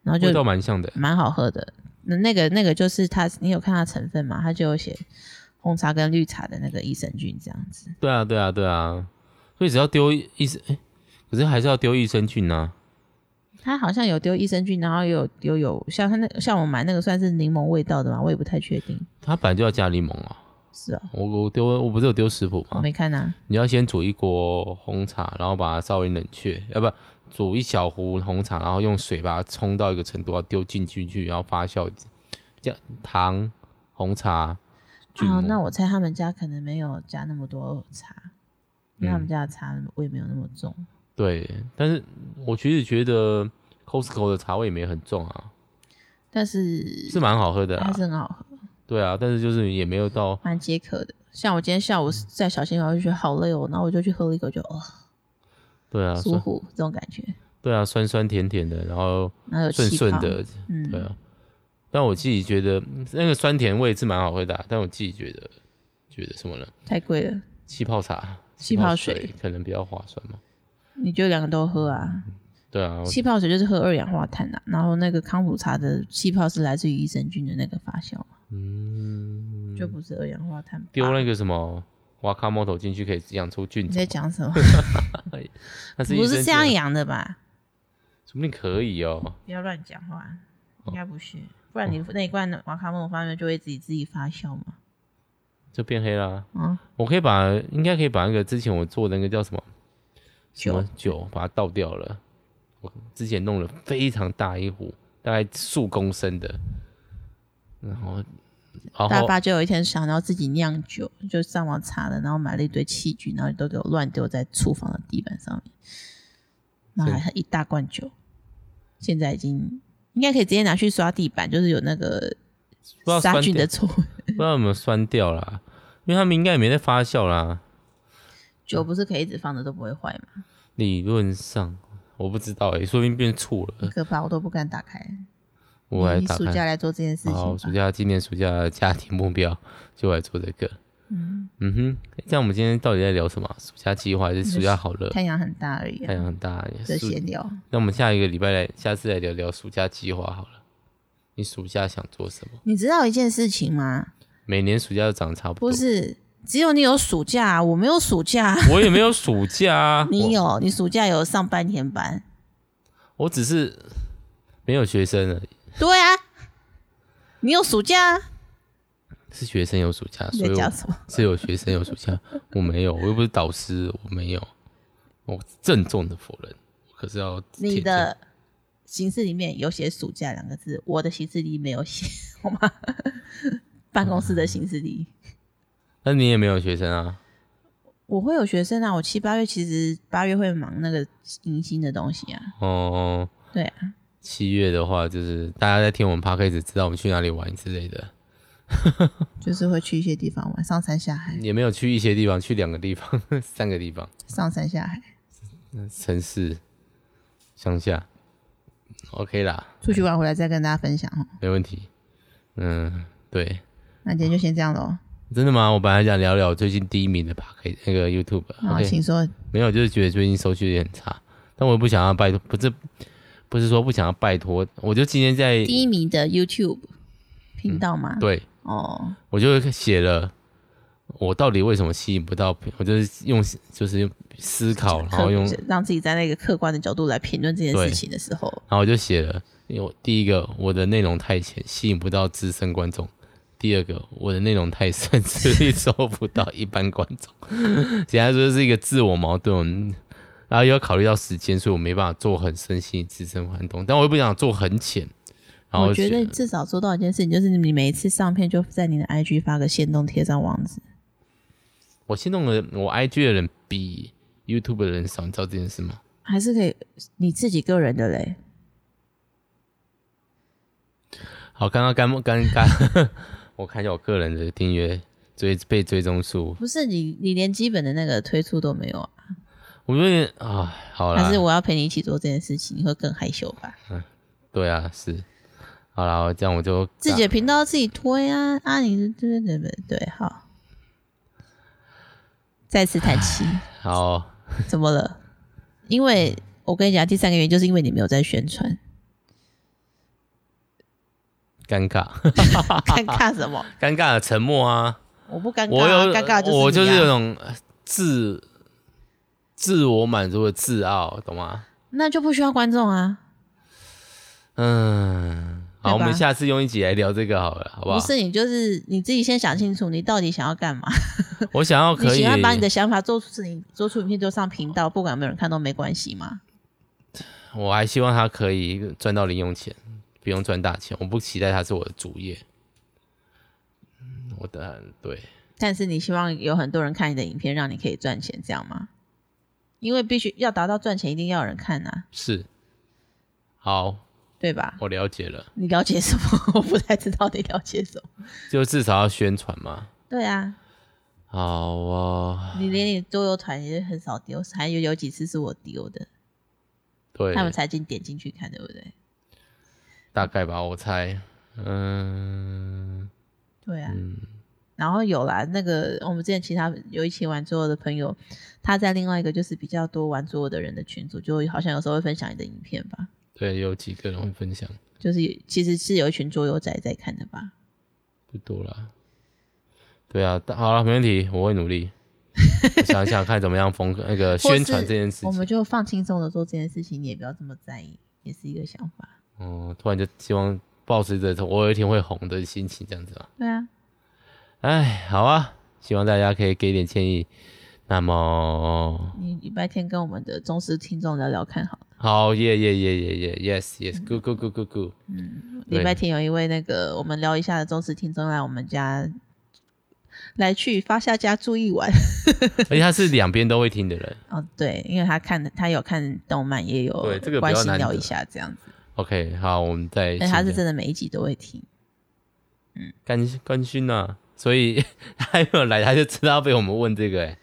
[SPEAKER 2] 然后就
[SPEAKER 1] 味道蛮像的。
[SPEAKER 2] 蛮好喝的。那那个那个就是它，你有看它成分吗？它就有写红茶跟绿茶的那个益生菌这样子。
[SPEAKER 1] 对啊，对啊，对啊。所以只要丢益益生，哎，可是还是要丢益生菌啊。
[SPEAKER 2] 它好像有丢益生菌，然后也有有有像它那像我买那个算是柠檬味道的嘛，我也不太确定。
[SPEAKER 1] 它本来就要加柠檬啊。
[SPEAKER 2] 是哦，
[SPEAKER 1] 我我丢我不是有丢食谱
[SPEAKER 2] 我
[SPEAKER 1] 吗？
[SPEAKER 2] 没看啊。
[SPEAKER 1] 你要先煮一锅红茶，然后把它稍微冷却，要不煮一小壶红茶，然后用水把它冲到一个程度，要丢进进去，然后发酵，这样糖、红茶、菌
[SPEAKER 2] 哦，
[SPEAKER 1] 母
[SPEAKER 2] 那我猜他们家可能没有加那么多茶，因为他们家的茶味没有那么重。
[SPEAKER 1] 对。但是我其实觉得 Costco 的茶味也没很重啊，
[SPEAKER 2] 但是
[SPEAKER 1] 是啊蛮好喝的
[SPEAKER 2] 还
[SPEAKER 1] 啦。
[SPEAKER 2] 是很好喝，
[SPEAKER 1] 对啊，但是就是也没有到
[SPEAKER 2] 蛮解渴的。像我今天下午在小新我就觉得好累哦，然后我就去喝了一口就，哦
[SPEAKER 1] 对啊，
[SPEAKER 2] 舒
[SPEAKER 1] 酸
[SPEAKER 2] 服这种感觉，
[SPEAKER 1] 对啊，酸酸甜甜的，然后
[SPEAKER 2] 然后有
[SPEAKER 1] 顺
[SPEAKER 2] 气
[SPEAKER 1] 顺
[SPEAKER 2] 泡，
[SPEAKER 1] 的，
[SPEAKER 2] 嗯
[SPEAKER 1] 对啊。但我自己觉得嗯那个酸甜味是蛮好喝的啊、但我自己觉得觉得什么呢？
[SPEAKER 2] 太贵了。
[SPEAKER 1] 气泡茶、
[SPEAKER 2] 气泡水
[SPEAKER 1] 可能比较划算嘛。
[SPEAKER 2] 你就两个都喝啊。
[SPEAKER 1] 对啊，
[SPEAKER 2] 气泡水就是喝二氧化碳啊，然后那个康普茶的气泡是来自于益生菌的那个发酵嘛，
[SPEAKER 1] 嗯，
[SPEAKER 2] 就不是二氧化碳吧。
[SPEAKER 1] 丢那个什么瓦卡莫头进去可以养出菌
[SPEAKER 2] 你
[SPEAKER 1] 种
[SPEAKER 2] 在，讲什么？
[SPEAKER 1] 那是
[SPEAKER 2] 不
[SPEAKER 1] 益
[SPEAKER 2] 是
[SPEAKER 1] 生
[SPEAKER 2] 这
[SPEAKER 1] 菌
[SPEAKER 2] 样
[SPEAKER 1] 啊，
[SPEAKER 2] 养的吧？
[SPEAKER 1] 说不定可以哦。
[SPEAKER 2] 不要乱讲话，应该不是，不然你那一罐的瓦卡莫方面就会自己自己发酵嘛。
[SPEAKER 1] 就变黑啦。
[SPEAKER 2] 嗯，
[SPEAKER 1] 我可以把应该可以把那个之前我做的那个叫什么什么
[SPEAKER 2] 酒
[SPEAKER 1] 酒把它倒掉了。我之前弄了非常大一壶，大概数公升的，然后然
[SPEAKER 2] 大
[SPEAKER 1] 后
[SPEAKER 2] 发就有一天想到自己酿酒，就上网查了，然后买了一堆器具，然后都给我乱丢在厨房的地板上面，然后还一大罐酒，现在已经应该可以直接拿去刷地板，就是有那个
[SPEAKER 1] 不知道
[SPEAKER 2] 杀
[SPEAKER 1] 酸
[SPEAKER 2] 菌
[SPEAKER 1] 掉
[SPEAKER 2] 的臭味。
[SPEAKER 1] 不知道有没有酸掉啦，因为他们应该也没在发酵啦。
[SPEAKER 2] 酒不是可以一直放着都不会坏吗？
[SPEAKER 1] 理论上我不知道哎、说不定变醋了。
[SPEAKER 2] 很可怕，我都不敢打开。
[SPEAKER 1] 我来
[SPEAKER 2] 以
[SPEAKER 1] 打
[SPEAKER 2] 嗯暑假
[SPEAKER 1] 开。
[SPEAKER 2] 来做这件事情
[SPEAKER 1] 好，
[SPEAKER 2] 吧
[SPEAKER 1] 暑。假今年暑假的家庭目标就来做这个。
[SPEAKER 2] 嗯，
[SPEAKER 1] 嗯哼，这样我们今天到底在聊什么啊？暑假计划还是暑假好了？
[SPEAKER 2] 太阳很大而已、
[SPEAKER 1] 太
[SPEAKER 2] 啊，
[SPEAKER 1] 阳很大
[SPEAKER 2] 这
[SPEAKER 1] 耶。暑
[SPEAKER 2] 闲聊。
[SPEAKER 1] 那我们下一个礼拜来，下次来聊聊暑假计划好了。你暑假想做什么？
[SPEAKER 2] 你知道一件事情吗？
[SPEAKER 1] 每年暑假都长得差不多。
[SPEAKER 2] 不是，只有你有暑假啊， 我没有暑假。，
[SPEAKER 1] 我也没有暑假啊
[SPEAKER 2] 你
[SPEAKER 1] 我，
[SPEAKER 2] 有，你暑假有上半天班。
[SPEAKER 1] 我只是没有学生而已，
[SPEAKER 2] 对啊，你有暑假、啊。
[SPEAKER 1] 是学生有暑假，
[SPEAKER 2] 你
[SPEAKER 1] 所
[SPEAKER 2] 在
[SPEAKER 1] 以我
[SPEAKER 2] 讲什么？
[SPEAKER 1] 是有学生有暑假，我没有，我又不是导师，我没有，我郑重的否认，可是要
[SPEAKER 2] 你
[SPEAKER 1] 铁证
[SPEAKER 2] 的形式里面有写“暑假”两个字，我的形式里没有写， 好吗？办公室的形式里，
[SPEAKER 1] 那你也没有学生啊？
[SPEAKER 2] 我会有学生啊。我七八月其实八月会忙那个迎新的东西啊。
[SPEAKER 1] 哦，
[SPEAKER 2] 对啊，
[SPEAKER 1] 七月的话，就是大家在听我们 p o d c a s t 知道我们去哪里玩之类的，
[SPEAKER 2] 就是会去一些地方玩，上山下海，
[SPEAKER 1] 也没有去一些地方，去两个地方、 三个地方，
[SPEAKER 2] 上山下海，
[SPEAKER 1] 城市、乡下，OK 啦，
[SPEAKER 2] 出去玩回来再跟大家分享哦。
[SPEAKER 1] 没问题。嗯，对，
[SPEAKER 2] 那今天就先这样喽。
[SPEAKER 1] 真的吗？我本来想聊聊最近第一名的 p o d c a s t 那个 YouTube，OK，、
[SPEAKER 2] 好，
[SPEAKER 1] OK
[SPEAKER 2] 请说。
[SPEAKER 1] 没有，就是觉得最近收视率很差，但我也不想要拜托，不是不是说不想要拜托，我就今天在
[SPEAKER 2] 第一名的 YouTube 频道吗？
[SPEAKER 1] 对
[SPEAKER 2] 哦，
[SPEAKER 1] 我就写了我到底为什么吸引不到，我就是用就是用思考，然后
[SPEAKER 2] 客
[SPEAKER 1] 用
[SPEAKER 2] 让自己在那个客观的角度来评论这件
[SPEAKER 1] 对
[SPEAKER 2] 事情的时候，
[SPEAKER 1] 然后我就写了，因为我第一个我的内容太浅，吸引不到资深观众；第二个我的内容太深，致力收不到一般观众。 简单说是一个自我矛盾，然后又要考虑到时间，所以我没办法做很深吸引资深观众，但我又不想做很浅。然后
[SPEAKER 2] 我觉
[SPEAKER 1] 就
[SPEAKER 2] 得至少做到一件事情，就是你每一次上片就在你的 IG 发个限动，贴上网址。
[SPEAKER 1] 我心动的人我 IG 的人比 YouTube 的人少，你知道这件事吗？
[SPEAKER 2] 还是可以你自己个人的嘞，
[SPEAKER 1] 好，刚刚尴尴尬，我看一下我个人的订阅追被追踪数，
[SPEAKER 2] 不是你你连基本的那个推出都没有啊？
[SPEAKER 1] 我有点啊，好啦，
[SPEAKER 2] 还是我要陪你一起做这件事情，你会更害羞吧？
[SPEAKER 1] 对啊，是。好啦，这样我就
[SPEAKER 2] 自己的频道自己推啊啊！你对对对对，好，再次叹 气，
[SPEAKER 1] 好，
[SPEAKER 2] 怎么了？因为我跟你讲，第三个原因就是因为你没有在宣传，
[SPEAKER 1] 尴尬，
[SPEAKER 2] 尴尬什么？
[SPEAKER 1] 尴尬的沉默啊！
[SPEAKER 2] 我不尴尬
[SPEAKER 1] 我
[SPEAKER 2] 啊，
[SPEAKER 1] 有，
[SPEAKER 2] 尴尬就是
[SPEAKER 1] 我就是
[SPEAKER 2] 你啊
[SPEAKER 1] 有种呃自自我满足的自傲，懂吗？
[SPEAKER 2] 那就不需要观众啊。
[SPEAKER 1] 嗯，好，我
[SPEAKER 2] 对吧
[SPEAKER 1] 们下次用一集来聊这个好了，好不好？
[SPEAKER 2] 不是你就是你自己先想清楚，你到底想要干嘛？
[SPEAKER 1] 我想要
[SPEAKER 2] 你
[SPEAKER 1] 可以
[SPEAKER 2] 喜欢把你的想法做出你做出影片就上频道，不管有没有人看都没关系嘛。
[SPEAKER 1] 我还希望他可以赚到零用钱，不用赚大钱。我不期待他是我的主业。嗯我的对，
[SPEAKER 2] 但是你希望有很多人看你的影片，让你可以赚钱，这样吗？因为必须要达到赚钱，一定要有人看啊，
[SPEAKER 1] 是好，
[SPEAKER 2] 对吧？
[SPEAKER 1] 我了解了，
[SPEAKER 2] 你了解什么？ 我不太知道你了解什么。
[SPEAKER 1] 就至少要宣传嘛。
[SPEAKER 2] 对啊，
[SPEAKER 1] 好哦，
[SPEAKER 2] 你连你桌游团也很少丢，还有有几次是我丢的，
[SPEAKER 1] 对，
[SPEAKER 2] 他们才进点进去看，对不对？
[SPEAKER 1] 大概吧，我猜，嗯，
[SPEAKER 2] 对啊，然后有啦，那个我们之前其他有一起玩桌游的朋友，他在另外一个就是比较多玩桌游的人的群组，就好像有时候会分享你的影片吧，
[SPEAKER 1] 对，有几个人会分享，
[SPEAKER 2] 就是有其实是有一群桌游仔在看的吧。
[SPEAKER 1] 不多啦。对啊，但好了，没问题，我会努力。我想一想看怎么样封那个宣传这件事
[SPEAKER 2] 我们
[SPEAKER 1] 情。
[SPEAKER 2] 就放轻松的做这件事情，你也不要这么在意，也是一个想法。
[SPEAKER 1] 哦、突然就希望保持着我有一天会红的心情，这样子啊。
[SPEAKER 2] 对啊，
[SPEAKER 1] 哎，好啊，希望大家可以给点建议。那么，
[SPEAKER 2] 你礼拜天跟我们的忠实听众聊聊看好了。
[SPEAKER 1] 好，耶耶耶耶耶，yes yes，good good good good good。对
[SPEAKER 2] 嗯礼拜天有一位那个我们聊一下的忠实听众来我们家，来去发下家住一晚。
[SPEAKER 1] 而且他是两边都会听的人。
[SPEAKER 2] 哦，对，因为他看的，他有看动漫，也有
[SPEAKER 1] 对这个比
[SPEAKER 2] 关
[SPEAKER 1] 较
[SPEAKER 2] 心
[SPEAKER 1] 难
[SPEAKER 2] 聊
[SPEAKER 1] 得
[SPEAKER 2] 一下这样子。
[SPEAKER 1] OK，好，我们再。
[SPEAKER 2] 但他是真的每一集都会听，
[SPEAKER 1] 关关心呐，所以 他还没有来，他就知道被我们问这个哎、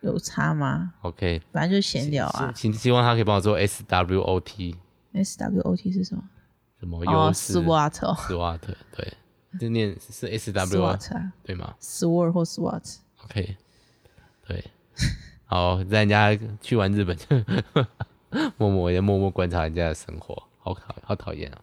[SPEAKER 2] 有差吗？
[SPEAKER 1] OK，
[SPEAKER 2] 反正就闲聊
[SPEAKER 1] 希
[SPEAKER 2] 啊。
[SPEAKER 1] 希希望他可以帮我做 SWOT，
[SPEAKER 2] S W O T 是什么？
[SPEAKER 1] 什么
[SPEAKER 2] 哦
[SPEAKER 1] 优势、
[SPEAKER 2] ，SWOT 哦。
[SPEAKER 1] SWOT，对，就念是 S W 啊，
[SPEAKER 2] SWAT 啊
[SPEAKER 1] 对吗
[SPEAKER 2] ，SWOT 或 SWAT，
[SPEAKER 1] ？OK，对，好，让人家去完日本， 默默也默默观察人家的生活，好讨好讨厌啊！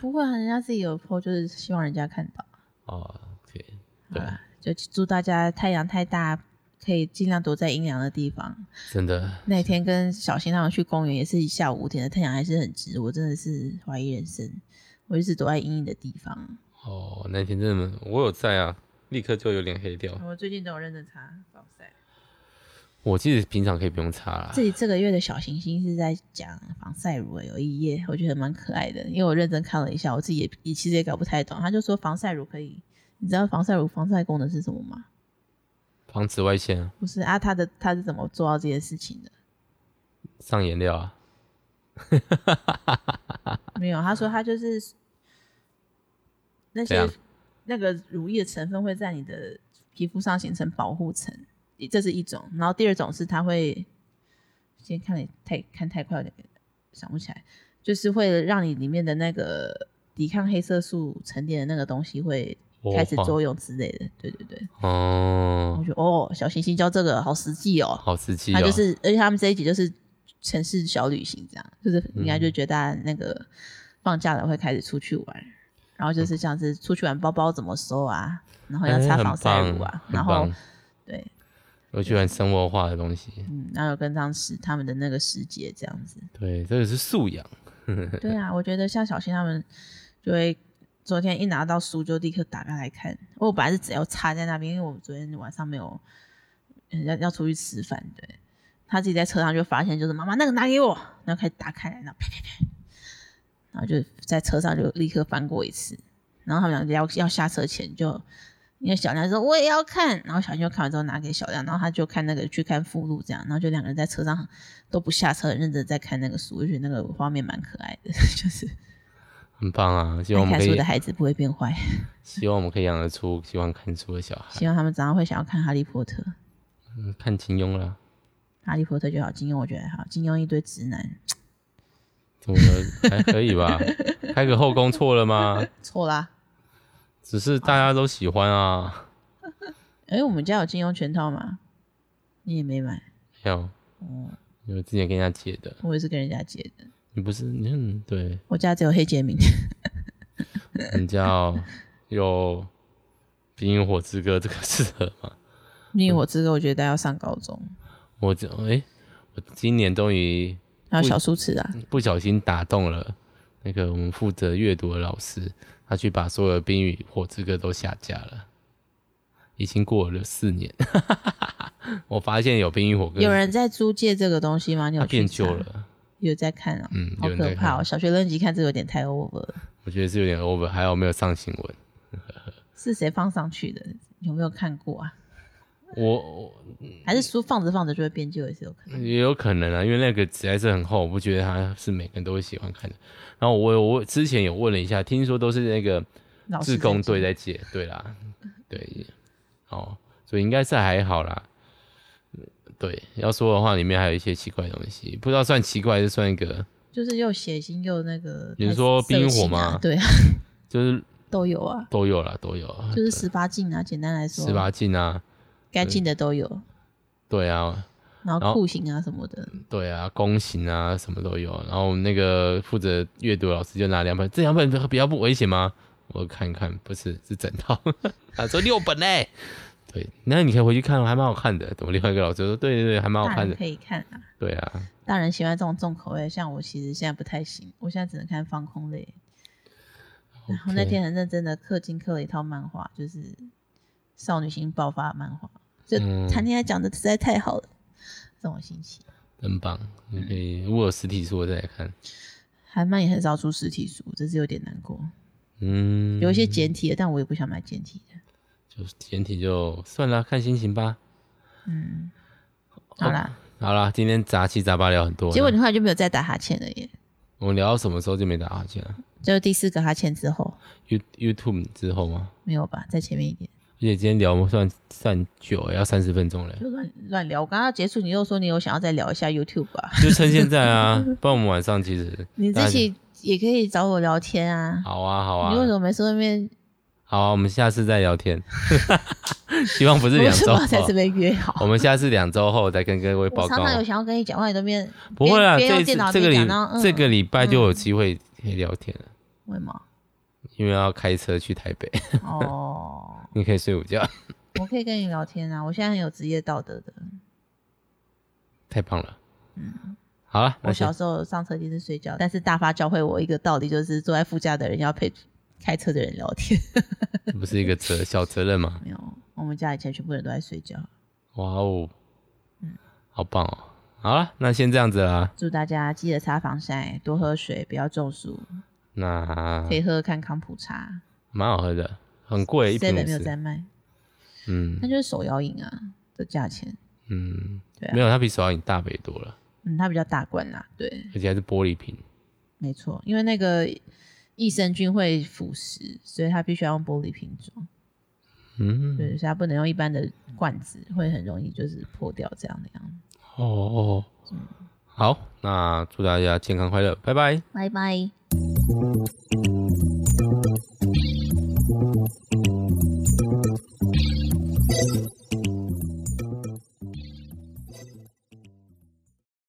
[SPEAKER 2] 不过人家自己有 PO，就是希望人家看到。
[SPEAKER 1] 哦，OK，
[SPEAKER 2] 好
[SPEAKER 1] 对
[SPEAKER 2] 啦，就祝大家太阳太大，可以尽量躲在阴凉的地方。
[SPEAKER 1] 真的
[SPEAKER 2] 那天跟小新他们去公园，也是下午五点的太阳还是很直，我真的是怀疑人生。我一直躲在阴影的地方。
[SPEAKER 1] 哦，那天真的我有在啊，立刻就有点黑掉。
[SPEAKER 2] 我最近都有认真擦防晒。
[SPEAKER 1] 我其实平常可以不用擦啦
[SPEAKER 2] 这，里这个月的小行星是在讲防晒乳欸，有一页我觉得蛮可爱的，因为我认真看了一下，我自己也也其实也搞不太懂。他就说防晒乳可以，你知道防晒乳防晒功能是什么吗？
[SPEAKER 1] 防紫外线啊、
[SPEAKER 2] 不是啊，他的他是怎么做到这件事情的？
[SPEAKER 1] 上颜料啊。
[SPEAKER 2] 没有，他说他就是那
[SPEAKER 1] 怎
[SPEAKER 2] 些
[SPEAKER 1] 样
[SPEAKER 2] 那个乳液的成分会在你的皮肤上形成保护层，这是一种。然后第二种是它会，今天看你太看太快了，想不起来，就是会让你里面的那个抵抗黑色素沉淀的那个东西会开始作用之类的。对对对，我
[SPEAKER 1] 哦，
[SPEAKER 2] 觉得哦，小行星教这个好实际哦。
[SPEAKER 1] 好刺激
[SPEAKER 2] 他
[SPEAKER 1] 哦！
[SPEAKER 2] 就是，而且他们这一集就是城市小旅行，这样就是
[SPEAKER 1] 嗯
[SPEAKER 2] 应该就觉得大家那个放假了会开始出去玩，然后就是像是出去玩包包怎么收啊，然后要
[SPEAKER 1] 哎
[SPEAKER 2] 擦
[SPEAKER 1] 很
[SPEAKER 2] 防晒乳啊，
[SPEAKER 1] 棒
[SPEAKER 2] 然
[SPEAKER 1] 很
[SPEAKER 2] 后
[SPEAKER 1] 棒
[SPEAKER 2] 对，
[SPEAKER 1] 我喜欢生活化的东西。
[SPEAKER 2] 嗯，然后有跟上时他们的那个时节这样子，
[SPEAKER 1] 对，这个是素养。
[SPEAKER 2] 对啊，我觉得像小新他们就会。昨天一拿到书就立刻打开来看，我本来是只要插在那边，因为我昨天晚上没有，嗯要要出去吃饭，对，他自己在车上就发现，就是妈妈那个拿给我，然后开始打开来，然后啪啪啪，然后就在车上就立刻翻过一次，然后他们两个要要下车前就，因为小亮说我也要看，然后小新就看完之后拿给小亮，然后他就看那个去看附录这样，然后就两个人在车上都不下车，很认真地在看那个书，我觉得那个画面蛮可爱的， 就是
[SPEAKER 1] 很棒啊！希望
[SPEAKER 2] 爱
[SPEAKER 1] 我们
[SPEAKER 2] 看
[SPEAKER 1] 可
[SPEAKER 2] 书
[SPEAKER 1] 以
[SPEAKER 2] 的，孩子不会变坏，
[SPEAKER 1] 希望我们可以养得出喜欢看书的小孩。
[SPEAKER 2] 希望他们早上会想要看哈利波特。
[SPEAKER 1] 嗯看金庸啦，
[SPEAKER 2] 哈利波特就好，金庸我觉得还好，金庸一堆直男，
[SPEAKER 1] 怎么了？还可以吧？开个后宫错了吗？
[SPEAKER 2] 错啦。
[SPEAKER 1] 只是大家都喜欢啊。
[SPEAKER 2] 哎、我们家有金庸全套吗？你也没买，
[SPEAKER 1] 没有，
[SPEAKER 2] 嗯
[SPEAKER 1] 我之前跟人家借的。
[SPEAKER 2] 我也是跟人家借的。
[SPEAKER 1] 你不是？你嗯，对，
[SPEAKER 2] 我家只有黑杰明，
[SPEAKER 1] 人家哦有《冰与火之歌》这个适合吗？
[SPEAKER 2] 你我之歌我觉得大家要上高中，
[SPEAKER 1] 我这哎、我今年终于
[SPEAKER 2] 还有小书痴啊，
[SPEAKER 1] 不嗯小心打动了那个我们负责阅读的老师，他去把所有的《冰与火之歌》都下架了。已经过了四年， 我发现有《冰与火歌》
[SPEAKER 2] 有人在租借这个东西吗？你
[SPEAKER 1] 它
[SPEAKER 2] 有去
[SPEAKER 1] 变旧
[SPEAKER 2] 查，
[SPEAKER 1] 了，
[SPEAKER 2] 有在看啊、
[SPEAKER 1] 嗯
[SPEAKER 2] 好
[SPEAKER 1] 有人在
[SPEAKER 2] 可怕、哦！
[SPEAKER 1] 看
[SPEAKER 2] 小学六年级看这个有点太 over 了，
[SPEAKER 1] 我觉得是有点 over。还有没有上新闻？
[SPEAKER 2] 是谁放上去的？有没有看过啊？
[SPEAKER 1] 我我
[SPEAKER 2] 还是书放着放着就会变旧，也是有可能。
[SPEAKER 1] 也有可能啊，因为那个实在是很厚，我不觉得它是每个人都会喜欢看的。然后我有我之前有问了一下，听说都是那个
[SPEAKER 2] 老师
[SPEAKER 1] 自工队
[SPEAKER 2] 在
[SPEAKER 1] 在借，对啦，对，哦，所以应该是还好啦。对，要说的话，里面还有一些奇怪的东西，不知道算奇怪还是算一个，
[SPEAKER 2] 借，就是又血腥又那个。
[SPEAKER 1] 你是说
[SPEAKER 2] 太色
[SPEAKER 1] 冰火
[SPEAKER 2] 情啊
[SPEAKER 1] 吗
[SPEAKER 2] 对啊，
[SPEAKER 1] 就是
[SPEAKER 2] 都有啊，
[SPEAKER 1] 都有啦，都有啊，
[SPEAKER 2] 就是十八禁啊，简单来说，
[SPEAKER 1] 十八禁啊，
[SPEAKER 2] 该禁的都有，
[SPEAKER 1] 对啊，
[SPEAKER 2] 然
[SPEAKER 1] 然
[SPEAKER 2] 后
[SPEAKER 1] 后
[SPEAKER 2] 酷刑啊什么的，
[SPEAKER 1] 对啊，弓形啊，什么都有。然后我们那个负责阅读的老师就拿两本，这两本比较不危险吗？我看一看，不是，是整套。 他说六本嘞、对，那你可以回去看哦，还蛮好看的。怎么另外一个老师说，对对对，还蛮好
[SPEAKER 2] 大
[SPEAKER 1] 看
[SPEAKER 2] 人
[SPEAKER 1] 的。
[SPEAKER 2] 可以看啊。
[SPEAKER 1] 对啊，
[SPEAKER 2] 大人喜欢这种重口味，像我其实现在不太行，我现在只能看放空类。然后那
[SPEAKER 1] OK
[SPEAKER 2] 天很认真的氪金氪了一套漫画，就是少女心爆发的漫画，就
[SPEAKER 1] 嗯
[SPEAKER 2] 谈恋爱讲的实在太好了，这种心情。
[SPEAKER 1] 很棒。你可以，如果有实体书我再来看。
[SPEAKER 2] 韩漫也很少出实体书，这是有点难过。
[SPEAKER 1] 嗯，
[SPEAKER 2] 有一些简体的，但我也不想买简体的。
[SPEAKER 1] 就是简体就算了，看心情吧。
[SPEAKER 2] 嗯，
[SPEAKER 1] 哦
[SPEAKER 2] 好啦，
[SPEAKER 1] 好啦，今天杂七杂八聊很多了。
[SPEAKER 2] 结果你后来就没有再打哈欠了耶，
[SPEAKER 1] 我们聊到什么时候就没打哈欠了
[SPEAKER 2] 就是第四个哈欠之后
[SPEAKER 1] ？You YouTube 之后吗？
[SPEAKER 2] 没有吧，在前面一点。
[SPEAKER 1] 而且今天聊我们算算久了，要三十分钟嘞，
[SPEAKER 2] 就乱乱聊。我刚刚结束，你又说你有想要再聊一下 YouTube 啊？
[SPEAKER 1] 就趁现在 啊，不然我们晚上其实
[SPEAKER 2] 你
[SPEAKER 1] 大
[SPEAKER 2] 自
[SPEAKER 1] 家
[SPEAKER 2] 己也可以找我聊天啊。
[SPEAKER 1] 好啊好
[SPEAKER 2] 你为什
[SPEAKER 1] 啊，
[SPEAKER 2] 么没事外面
[SPEAKER 1] 好啊、我们下次再聊天， 希望不是
[SPEAKER 2] 我
[SPEAKER 1] 两
[SPEAKER 2] 是不知
[SPEAKER 1] 周
[SPEAKER 2] 道在
[SPEAKER 1] 后
[SPEAKER 2] 这。边约好
[SPEAKER 1] 我。们下次两周后再跟各位报
[SPEAKER 2] 我
[SPEAKER 1] 告哦啊
[SPEAKER 2] 常。常有想要跟你讲话，你都边
[SPEAKER 1] 不会啦，
[SPEAKER 2] 边
[SPEAKER 1] 这
[SPEAKER 2] 用
[SPEAKER 1] 一次
[SPEAKER 2] 电脑
[SPEAKER 1] 这个
[SPEAKER 2] 边
[SPEAKER 1] 礼
[SPEAKER 2] 讲然后嗯
[SPEAKER 1] 这个礼拜就有机会可以聊天了，
[SPEAKER 2] 为毛？
[SPEAKER 1] 因为要开车去台北，
[SPEAKER 2] 哦，
[SPEAKER 1] 你可以睡午觉。
[SPEAKER 2] 我可以跟你聊天啊，我现在很有职业道德的。
[SPEAKER 1] 太棒了， 好了，
[SPEAKER 2] 嗯我
[SPEAKER 1] 那
[SPEAKER 2] 小
[SPEAKER 1] 先
[SPEAKER 2] 时候上车就是睡觉，但是大发教会我一个道理，就是坐在副驾的人要陪开车的人聊天。
[SPEAKER 1] 这不是一个责小责任吗？
[SPEAKER 2] 没有，我们家以前全部人都在睡觉。
[SPEAKER 1] 哇哦，
[SPEAKER 2] 嗯
[SPEAKER 1] 好棒哦！好了，那先这样子啦。
[SPEAKER 2] 祝大家记得擦防晒，多喝水，不要中暑，
[SPEAKER 1] 那
[SPEAKER 2] 可以喝看康普茶。
[SPEAKER 1] 蛮好喝的，很贵，一瓶
[SPEAKER 2] seven
[SPEAKER 1] 五
[SPEAKER 2] 没有
[SPEAKER 1] 十。
[SPEAKER 2] 在卖，
[SPEAKER 1] 嗯
[SPEAKER 2] 那就是手摇饮啊的价钱。
[SPEAKER 1] 嗯，
[SPEAKER 2] 对啊
[SPEAKER 1] 没有，它比手摇饮大倍多了，
[SPEAKER 2] 嗯，它比较大罐啦、对，
[SPEAKER 1] 而且还是玻璃瓶。
[SPEAKER 2] 没错，因为那个益生菌会腐蚀，所以它必须要用玻璃瓶装，
[SPEAKER 1] 嗯，
[SPEAKER 2] 对，所以它不能用一般的罐子，会很容易就是破掉这样的样子。
[SPEAKER 1] 哦哦，
[SPEAKER 2] 嗯
[SPEAKER 1] 好，那祝大家健康快乐，拜拜。
[SPEAKER 2] 拜拜。